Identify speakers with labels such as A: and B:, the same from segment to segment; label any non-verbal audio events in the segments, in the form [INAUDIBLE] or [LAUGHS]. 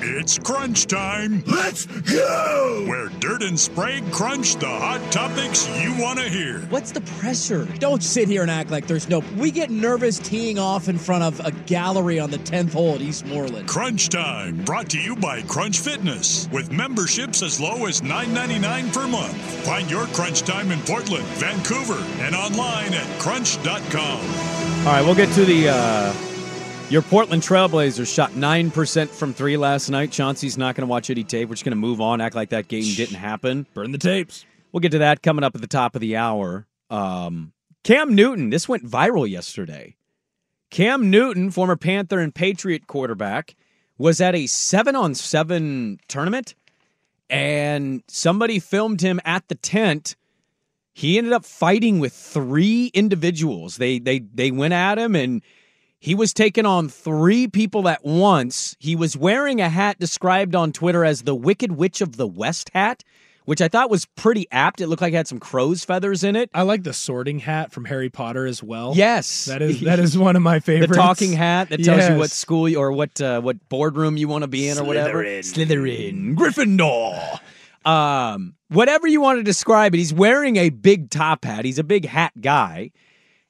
A: It's crunch time. Let's go! Where Dirt and Sprague crunch the hot topics you want to hear.
B: What's the pressure? Don't sit here and act like there's no. We get nervous teeing off in front of a gallery on the 10th hole at Eastmoreland.
A: Crunch time, brought to you by Crunch Fitness, with memberships as low as $9.99 per month. Find your crunch time in Portland, Vancouver, and online at crunch.com.
C: All right, we'll get to the. Uh, your Portland Trailblazers shot 9% from three last night. Chauncey's not going to watch any tape. We're just going to move on, act like that game didn't happen.
D: Burn the tapes.
C: We'll get to that coming up at the top of the hour. Um, Cam Newton, this went viral yesterday. Cam Newton, former Panther and Patriot quarterback, was at a seven on seven tournament, and somebody filmed him at the tent. He ended up fighting with three individuals. They they they went at him and he was taking on three people at once. He was wearing a hat described on Twitter as the Wicked Witch of the West hat, which I thought was pretty apt. It looked like it had some crow's feathers in it.
D: I like the sorting hat from Harry Potter as well.
C: Yes.
D: Oh,
B: [LAUGHS]
D: That
C: [LAUGHS]
D: is that is one of my
C: the
D: favorites.
C: talking hat that tells you what
D: Yes.
C: school you, or what uh, what boardroom you want to be in or whatever. Slytherin, Gryffindor. Um, whatever you want to describe it, he's wearing a big top hat. He's a big hat guy.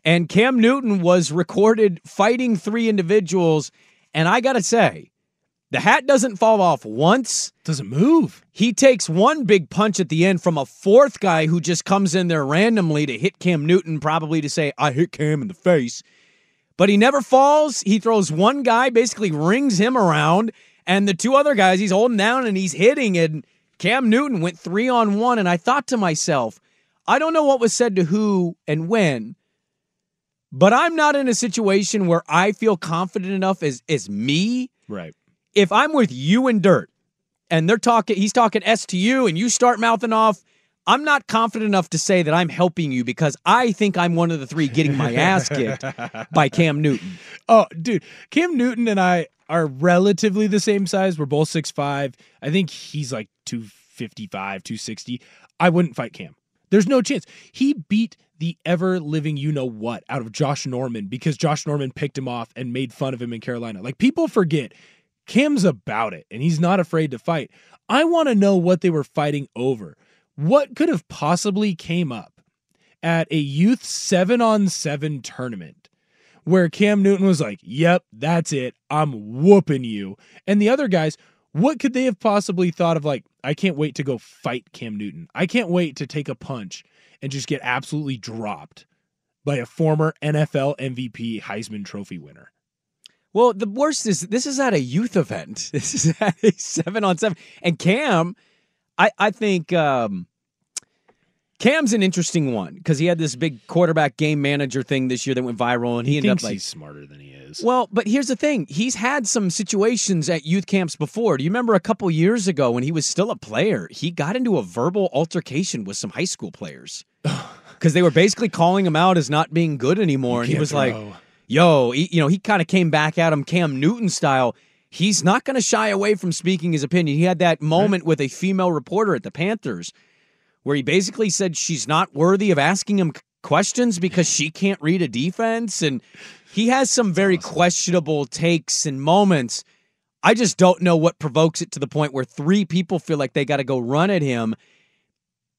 C: And Cam Newton was recorded fighting three individuals. And I got to say, the hat doesn't fall off once.
D: Doesn't move.
C: He takes one big punch at the end from a fourth guy who just comes in there randomly to hit Cam Newton, probably to say, I hit Cam in the face. But he never falls. He throws one guy, basically rings him around, and the two other guys he's holding down and he's hitting. And Cam Newton went three on one. And I thought to myself, I don't know what was said to who and when, but I'm not in a situation where I feel confident enough as, as me
D: Right.
C: if I'm with you and Dirt and they're talking, he's talking S to you and you start mouthing off, I'm not confident enough to say that I'm helping you because I think I'm one of the three getting my
D: [LAUGHS]
C: ass kicked by Cam Newton.
D: Oh, dude, Cam Newton and I are relatively the same size. We're both 6'5". I think he's like 255, 260. I wouldn't fight Cam. There's no chance. He beat the ever living you know what out of Josh Norman because Josh Norman picked him off and made fun of him in Carolina. Like people forget Cam's about it and he's not afraid to fight. I want to know what they were fighting over. What could have possibly came up at a youth 7 on 7 tournament? where Cam Newton was like, "Yep, that's it. I'm whooping you." And the other guys, what could they have possibly thought of like, "I can't wait to go fight Cam Newton. I can't wait to take a punch and just get absolutely dropped by a former NFL MVP Heisman Trophy winner."
C: Well, the worst is this is at a youth event. [LAUGHS] This is at a seven on seven. And Cam, I, I think um, Cam's an interesting one because he had this big quarterback game manager thing this year that went viral and he, ended up
D: thinks
C: like
D: he's smarter than he is.
C: Well, but here's the thing. He's had some situations at youth camps before. Do you remember a couple years ago when he was still a player, he got into a verbal altercation with some high school players because they were basically calling him out as not being good anymore. And he
D: can't
C: was
D: throw.
C: like, yo, he, you know, he kind of came back at him Cam Newton style. He's not going to shy away from speaking his opinion. He had that moment with a female reporter at the Panthers where he basically said she's not worthy of asking him c- questions because she can't read a defense and he has some very questionable takes and moments. I just don't know what provokes it to the point where three people feel like they got to go run at him.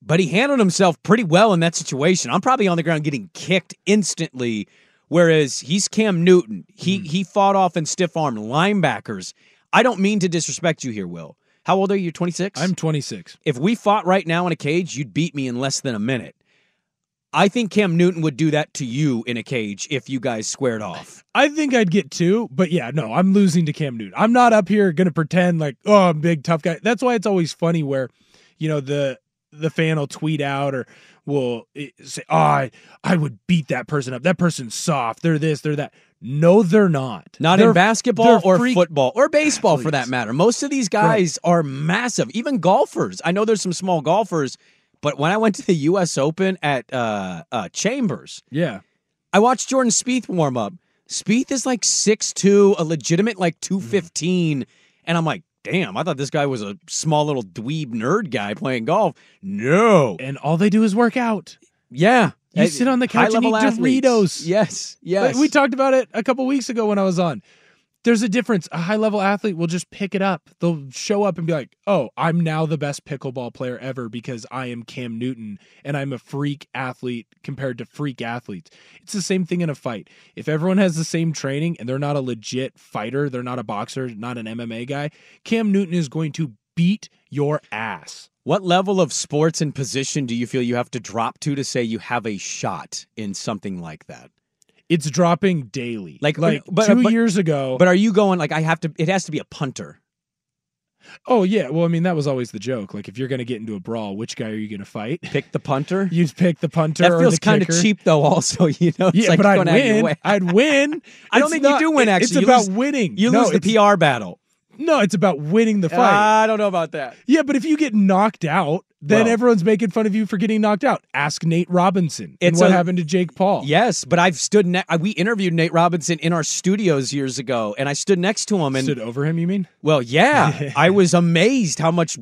C: But he handled himself pretty well in that situation. I'm probably on the ground getting kicked instantly, whereas he's Cam Newton. He he fought off and stiff armed linebackers. I don't mean to disrespect you here, Will. How old are you? 26?
D: I'm 26.
C: if we fought right now in a cage, you'd beat me in less than a minute. I think Cam Newton would do that to you in a cage if you guys squared off.
D: I think I'd get two, but yeah, no, I'm losing to Cam Newton. I'm not up here gonna pretend like, oh, I'm a big tough guy. That's why it's always funny where, you know, the the fan will tweet out or will eh, say, oh, I, I would beat that person up. That person's soft. They're this. They're that. No, they're not.
C: Not
D: They're-
C: in basketball
D: they're
C: or
D: freak-
C: football or baseball for that
D: Athletes.
C: matter. Most of these guys are massive, even golfers. I know there's some small golfers, but when I went to the U.S. Open at uh, uh, Chambers,
D: Yeah.
C: I watched Jordan Spieth warm up. Spieth is like 6'2", a legitimate like 215. And I'm like, damn, I thought this guy was a small little dweeb nerd guy playing golf. No.
D: And all they do is work out.
C: Yeah.
D: Eh, You sit on the couch and
C: High-level
D: eat
C: athletes.
D: Doritos.
C: Yes.
D: Like,
C: Yes.
D: We talked about it a couple weeks ago when I was on. There's a difference. A high level athlete will just pick it up. They'll show up and be like, oh, I'm now the best pickleball player ever because I am Cam Newton and I'm a freak athlete compared to freak athletes. It's the same thing in a fight. If everyone has the same training and they're not a legit fighter, they're not a boxer, not an MMA guy, Cam Newton is going to beat your ass.
C: what level of sports and position do you feel you have to drop to to say you have a shot in something like that?
D: It's dropping daily.
C: Like-
D: like
C: but-
D: two
C: but-
D: years ago.
C: But are you going like I have to? It has to be a punter.
D: Oh yeah, well I mean that was always the joke. Like if you're going to get into a brawl, which guy are you going to fight? [LAUGHS]
C: Pick the punter.
D: You'd pick the punter.
C: that
D: or
C: feels
D: the
C: kind of
D: kicker.
C: cheap though. Also, [LAUGHS] you know, it's
D: Yeah,
C: like
D: but
C: going
D: I'd
C: out of your
D: win.
C: way.
D: [LAUGHS] I'd win.
C: I don't
D: It's
C: think
D: not-
C: you do win.
D: it-
C: Actually,
D: it's
C: You
D: about
C: lose-
D: winning.
C: You
D: No,
C: lose the
D: it's-
C: PR battle.
D: No, it's about winning the fight.
C: I don't know about that.
D: yeah, but if you get knocked out, then
C: Well-
D: everyone's making fun of you for getting knocked out. Ask Nate Robinson and
C: It's
D: what
C: a-
D: happened to Jake Paul.
C: Yes, but I've stood. Ne- I- we interviewed Nate Robinson in our studios years ago, and I stood next to him, and
D: stood over him. You mean? [LAUGHS]
C: Well, yeah, I was amazed how much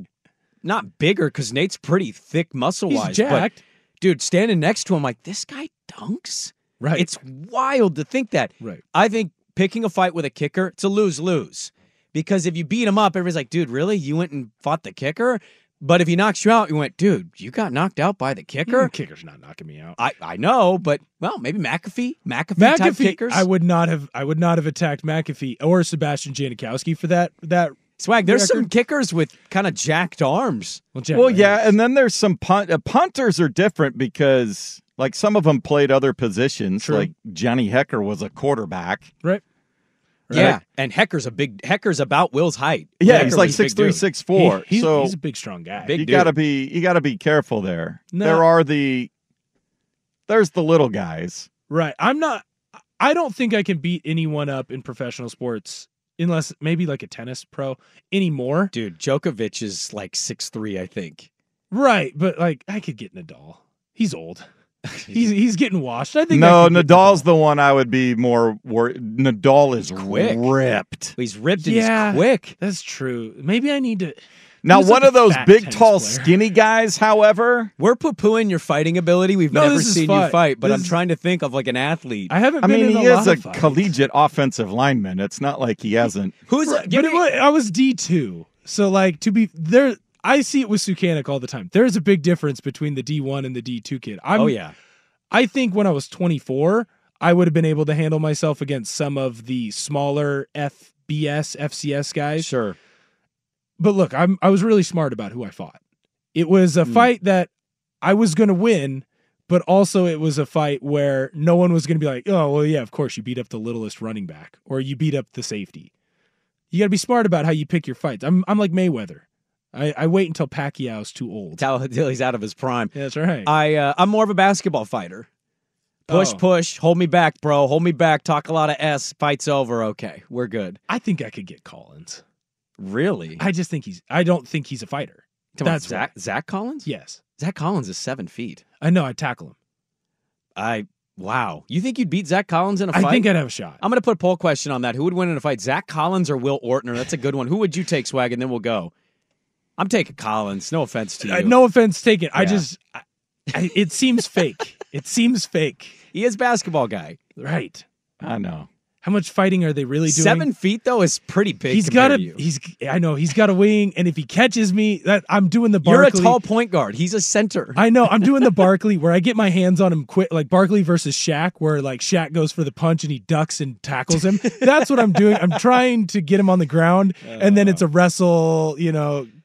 C: not bigger because Nate's pretty thick muscle
D: He's
C: wise.
D: jacked.
C: But dude, standing next to him, like this guy dunks.
D: Right.
C: It's wild to think that.
D: Right.
C: I think picking a fight with a kicker, it's a lose lose because if you beat him up, everybody's like, dude, really? You went and fought the kicker. But if he knocks you out, you went, dude, you got knocked out by the kicker.
D: Mm, Kicker's not knocking me out.
C: I, I know, but well, maybe McAfee, McAfee, type
D: McAfee,
C: kickers.
D: I would not have. I would not have attacked McAfee or Sebastian Janikowski for that. That
C: Swag. There's some
D: record.
C: kickers with kind of jacked arms.
D: well, Jack
E: well,
D: Lane
E: yeah,
D: is-
E: and then there's some punt. Uh, punters are different because like some of them played other positions.
D: True.
E: Like Johnny Hecker was a quarterback.
D: right.
C: Yeah, and Hecker's a big Hecker's about Will's height.
E: Yeah,
C: Hecker
E: he's like
C: was a big
E: six three,
C: dude.
E: six four.
D: He- he's,
E: so
D: he's a big, strong guy.
C: big
E: you
C: dude.
E: gotta be you gotta be careful there.
D: No.
E: There are the there's the little guys.
D: Right. I'm not. I don't think I can beat anyone up in professional sports unless maybe like a tennis pro anymore.
C: Dude, Djokovic is like six three, I think.
D: Right, but like I could get Nadal. He's old. [LAUGHS] He's he's getting washed. I think.
E: No,
D: I could get
E: Nadal's the one I would be more worried. Nadal is
C: quick.
E: ripped.
C: He's ripped and
D: Yeah.
C: he's quick.
D: That's true. Maybe I need to.
E: Now,
D: He's
E: one
D: like a
E: of those
D: fat
E: big,
D: tennis
E: tall,
D: player.
E: skinny guys, however,
C: We're poo-pooing your fighting ability. We've
D: No,
C: never
D: this is
C: seen
D: fun.
C: you fight, but
D: This
C: I'm
D: is-
C: trying to think of like an athlete.
D: I haven't.
E: I
D: been
E: mean,
D: in
E: he
D: a lot
E: is a
D: of fights.
E: collegiate offensive lineman. It's not like he hasn't.
C: Who's
D: Right,
C: give
D: but it
C: me-
D: was, I was D two, so like to be there. I see it with Sukanic all the time. There's a big difference between the D one and the D two kid. I'm,
C: Oh yeah.
D: I think when I was 24, I would have been able to handle myself against some of the smaller FBS, FCS guys.
C: Sure.
D: But look, I'm I was really smart about who I fought. It was a
C: Hmm.
D: fight that I was going to win, but also it was a fight where no one was going to be like, "Oh, well yeah, of course you beat up the littlest running back or you beat up the safety." You got to be smart about how you pick your fights. I'm I'm like Mayweather. I, I wait until Pacquiao's too old.
C: Tell until he's out of his prime.
D: Yeah, that's right.
C: I uh, I'm more of a basketball fighter. Push,
D: Oh.
C: push, hold me back, bro. Hold me back. Talk a lot of S. Fight's over. Okay. We're good.
D: I think I could get Collins.
C: Really?
D: I just think he's I don't think he's a fighter.
C: Come on,
D: that's
C: Zach Zach Collins?
D: Yes.
C: Zach Collins is seven feet.
D: I know I'd tackle him.
C: I wow. You think you'd beat Zach Collins in a fight?
D: I think I'd have a shot.
C: am going to put a poll question on that. Who would win in a fight, Zach Collins or Will Ortner? That's a good one. Who would you take, Swag, and then we'll go. I'm taking Collins. No offense to you.
D: Uh, no offense taken. I
C: Yeah.
D: just I, I, it
C: [LAUGHS]
D: seems fake. It seems fake.
C: he is basketball guy.
D: Right.
E: I know.
D: How much fighting are they really doing?
C: Seven feet though is pretty big.
D: He's
C: compared
D: got a
C: to you.
D: he's I know he's got a wing, and if he catches me, that I'm doing the
C: You're a
D: Barkley.
C: tall point guard. He's a center.
D: I know I'm
C: [LAUGHS]
D: doing the Barkley where I get my hands on him quick, like Barkley versus Shaq, where like Shaq goes for the punch and he ducks and tackles him. That's what I'm doing. I'm trying to get him on the ground, and then it's
C: [LAUGHS]
D: a wrestle, you know,